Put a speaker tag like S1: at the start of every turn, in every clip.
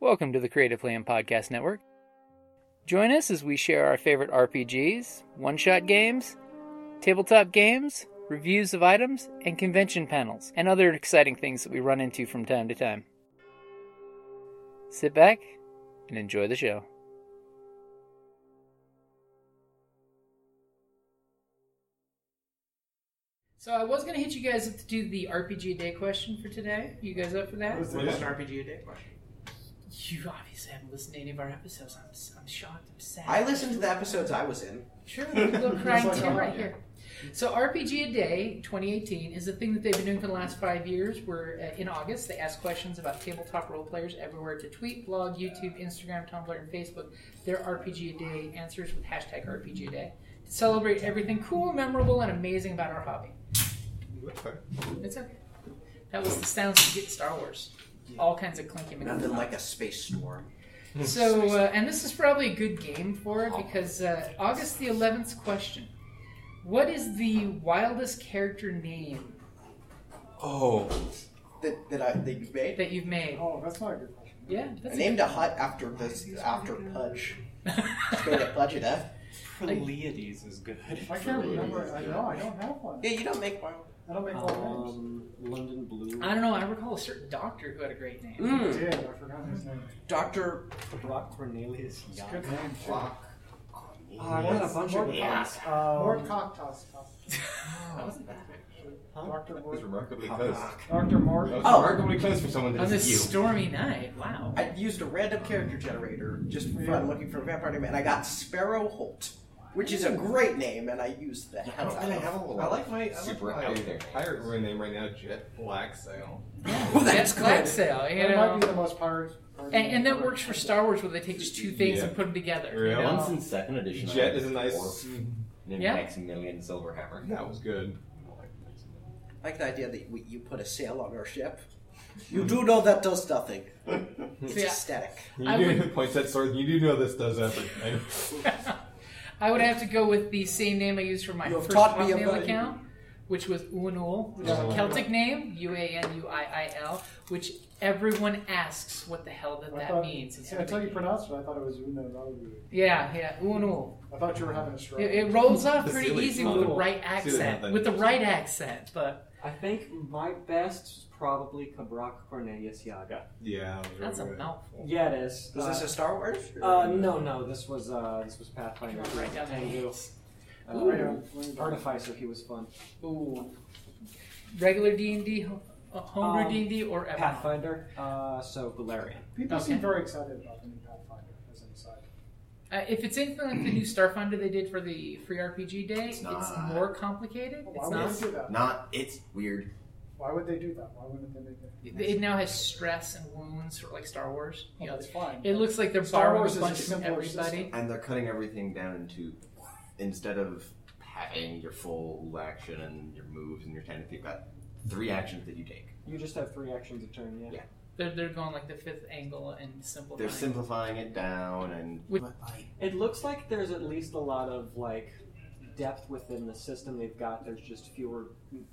S1: Welcome to the Creative Land Podcast Network. Join us as we share our favorite RPGs, one shot games, tabletop games, reviews of items, and convention panels, and other exciting things that we run into from time to time. Sit back and enjoy the show. So I was gonna hit you guys up to do the RPG day question for today. You guys up for that?
S2: What is an RPG a day question?
S1: You obviously haven't listened to any of our episodes. I'm, I'm shocked. I'm sad.
S3: I listened to the episodes I was in.
S1: Sure, little crying
S2: Just like
S1: tear
S2: I'm
S1: right
S2: out.
S1: here. So RPG a Day 2018 is the thing that they've been doing for the last five years. Where uh, in August they ask questions about tabletop role players everywhere to tweet, blog, YouTube, Instagram, Tumblr, and Facebook their RPG a Day answers with hashtag RPG a Day to celebrate everything cool, memorable, and amazing about our hobby. It's okay. That was the sounds you get in Star Wars. All kinds of clinking. and
S3: Nothing like a space storm.
S4: Hmm.
S1: So, uh, and this is probably a good game for it because uh, August the 11th's question What is the wildest character name
S4: Oh,
S3: That, that I that you made.
S1: that you've made?
S2: Oh, that's not a good question.
S1: Yeah,
S3: I
S1: that's
S3: named a hut after this after Pudge. Go to
S1: it.
S3: Pudge it up.
S5: Pleiades is good.
S2: I can't remember. I know I don't have one.
S3: Yeah, you don't make one.
S2: I don't make one. names.
S5: Um, London Blue.
S1: I don't know, I recall a certain doctor who had a great name.
S2: I
S3: Mm.
S2: did. I forgot his name.
S3: Doctor
S5: Brock Cornelius
S2: It's a
S5: Yacht.
S2: good name. too.
S3: Block.
S5: Oh, I got a bunch of good
S1: Yeah.
S5: ones.
S2: Lord
S5: Um,
S2: Cocktoss.
S1: That wasn't bad.
S5: huh?
S2: Doctor
S4: was
S2: Mort.
S4: remarkably close. That
S2: Doctor Mort.
S4: was
S3: Oh.
S4: remarkably close for someone
S1: On
S4: that
S1: this
S4: is you.
S1: stormy night, wow.
S3: I used a random character generator just for fun, looking for a vampire name, and I got Sparrow Holt, which is a great name, and I used that.
S4: I don't really have a whole
S5: I
S4: lot
S5: like
S4: of
S5: my- I like
S4: super
S5: my-
S4: out there pirate ruin name right now, Jet Black Sail.
S3: Well, that's
S1: Jet Black
S3: good.
S1: Sail, you
S2: That might be
S1: know.
S2: the most pirate.
S1: And, and that works for Star Wars where they take just two things
S4: Yeah.
S1: and put them together. you
S4: Really?
S1: know?
S6: Once in second edition.
S4: Jet
S6: I
S4: is a nice.
S6: dwarf Named
S1: Yeah.
S6: Maximilian Silverhammer.
S4: That was good.
S3: I like the idea that we, you put a sail on our ship. You do know that does nothing. It's
S1: See, I-
S3: aesthetic.
S4: You
S1: I
S4: do point that sword. You do know this does everything.
S1: I would have to go with the same name I used for my
S3: You have
S1: first
S3: taught me
S1: Hotmail
S3: about it.
S1: account, which was Uanul, which is a Celtic name, U A N U I I L, which everyone asks what the hell that, that
S2: thought,
S1: means. It's
S2: See, until you
S1: everything.
S2: pronounced it, I thought it was Uno. That would be-
S1: yeah, yeah, Uanul.
S2: I thought you were having a stroke.
S1: It, it rolls off
S4: The
S1: pretty
S4: silly
S1: easy with the
S4: Uanul.
S1: right
S4: Silly
S1: accent,
S4: nothing.
S1: with the right accent, but
S5: I think my best is probably Brock Cornelius Yaga.
S4: yeah, that was
S1: that's a
S4: really good.
S1: mouthful.
S5: Yeah, it is.
S3: Was
S5: uh,
S3: this a Star Wars?
S5: uh, no, no. This was uh, this was Pathfinder.
S1: Right down
S5: Tengu. Uh,
S2: Right on.
S5: Artificer. He was fun.
S1: Ooh. Regular D and D, uh, homebrew
S5: Um,
S1: D and D, or epic?
S5: Pathfinder. Uh, so Galarian.
S2: People seem
S1: Okay.
S2: very excited about the new Pathfinder. As an aside,
S1: Uh, if it's anything like the new Starfinder they did for the free RPG day, it's,
S6: It's not.
S1: more complicated.
S2: Well,
S1: It's
S2: why
S1: not.
S2: would they do that?
S6: Not. It's weird.
S2: Why would they do that? Why wouldn't they make it?
S1: It now has stress and wounds, sort of like Star Wars. You
S2: Well,
S1: know,
S2: Oh, that's fine.
S1: it looks like they're
S2: Star
S1: borrowing
S2: Wars
S1: a
S2: is
S1: bunch
S2: a
S1: from
S2: simpler
S1: everybody.
S6: And they're cutting everything down into instead of having your full action and your moves and your tactics, you've got three actions that you take.
S5: You just have three actions a turn. Yeah.
S6: Yeah.
S1: They're, they're going like the fifth angle and simplifying.
S6: They're simplifying it down and
S1: Which-
S6: But I-
S5: It looks like there's at least a lot of like depth within the system they've got. There's just fewer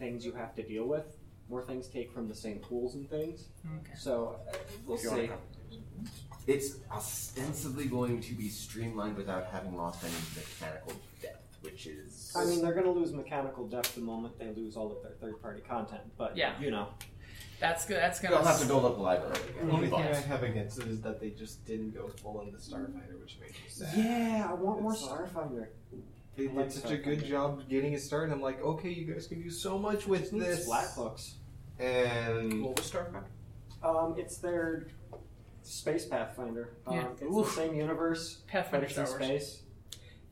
S5: things you have to deal with. More things take from the same pools and things.
S1: Okay.
S5: So uh, we'll
S3: If you wanna
S5: see.
S6: it's ostensibly going to be streamlined without having lost any mechanical depth, which is
S5: I mean, they're going to lose mechanical depth the moment they lose all of their third-party content. But
S1: Yeah.
S5: you know,
S1: That's good. That's gonna.
S6: they'll have to build up a library.
S4: The only thing I
S1: Yes.
S4: have against it is that they just didn't go full into Starfighter, which makes me sad.
S5: yeah, I want more
S4: It's-
S5: Starfinder.
S4: They did
S5: Like
S4: such a good
S5: Starfighter.
S4: job getting it started. I'm like, okay, you guys can do so much with
S5: Just need
S4: this.
S5: splat books.
S4: And
S3: What was Starfinder?
S5: Um, it's their space Pathfinder. Um,
S1: Yeah.
S5: It's
S1: Oof.
S5: the same universe, but
S1: Pathfinder
S5: it's in
S1: Star Wars,
S5: space.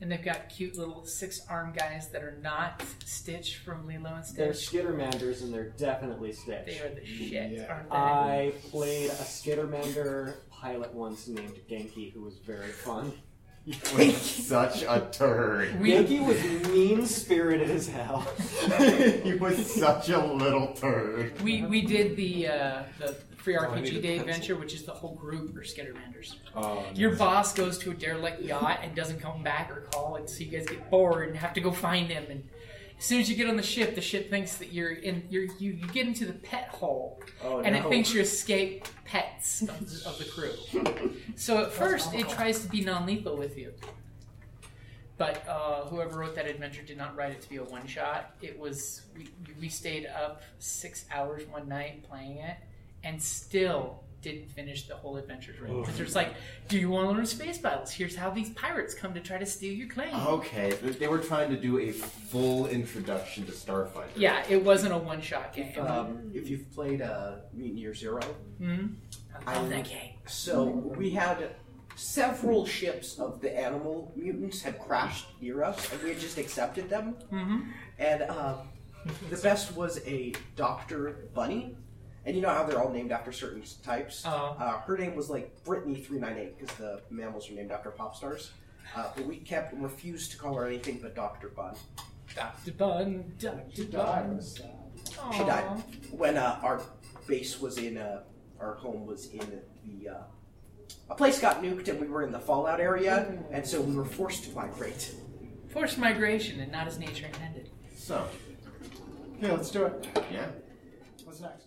S1: and they've got cute little six-arm guys that are not Stitch from Lilo and
S5: They're
S1: Stitch.
S5: Skittermanders, and they're definitely Stitch.
S1: They are the shit,
S4: Yeah.
S1: aren't they?
S5: I played a Skittermander pilot once named Genki, who was very fun.
S6: With such a turd.
S1: we
S5: Genki was mean spirited as hell.
S6: he was such a little turd.
S1: we we did the uh, the free
S4: Oh, I need
S1: RPG
S4: a
S1: day
S4: pencil.
S1: adventure, which is the whole group are Skittermanders.
S4: oh, no.
S1: Your boss goes to a derelict yacht and doesn't come back or call, and so you guys get bored and have to go find him. And As soon as you get on the ship, the ship thinks that you're in. You're, you you get into the pet hole,
S3: Oh,
S1: and
S3: no.
S1: it thinks you escape pets of the, of the crew. So at first, it tries to be non-lethal with you. But uh, whoever wrote that adventure did not write it to be a one shot. It was we, we stayed up six hours one night playing it, and still didn't finish the whole adventure. Because there's like, do you want to learn space battles? Here's how these pirates come to try to steal your claim.
S4: Oh.
S6: Okay, they they were trying to do a full introduction to Starfighter.
S1: Yeah, it wasn't a one shot game.
S3: If, um, if you've played uh, Mutant Year Zero,
S1: Mhm. I love
S3: I-
S1: that game.
S3: so we had several ships of the animal mutants had crashed near us, and we had just accepted them.
S1: Mhm.
S3: And uh, the best was a Doctor Bunny, and you know how they're all named after certain types.
S1: Oh.
S3: Uh, her name was like Brittany three nine eight because the mammals are named after pop stars. Uh, but we kept refused to call her anything but Doctor Bun.
S1: Dr. Bun, Dr.
S2: She died. It
S1: Bun.
S2: was sad.
S3: She died
S1: Aw.
S3: when uh, our base was in uh, our home was in the uh, a place got nuked and we were in the fallout area and so we were forced to migrate.
S1: Forced migration and not as nature intended.
S6: So,
S2: Okay, let's do it.
S6: yeah.
S2: What's next?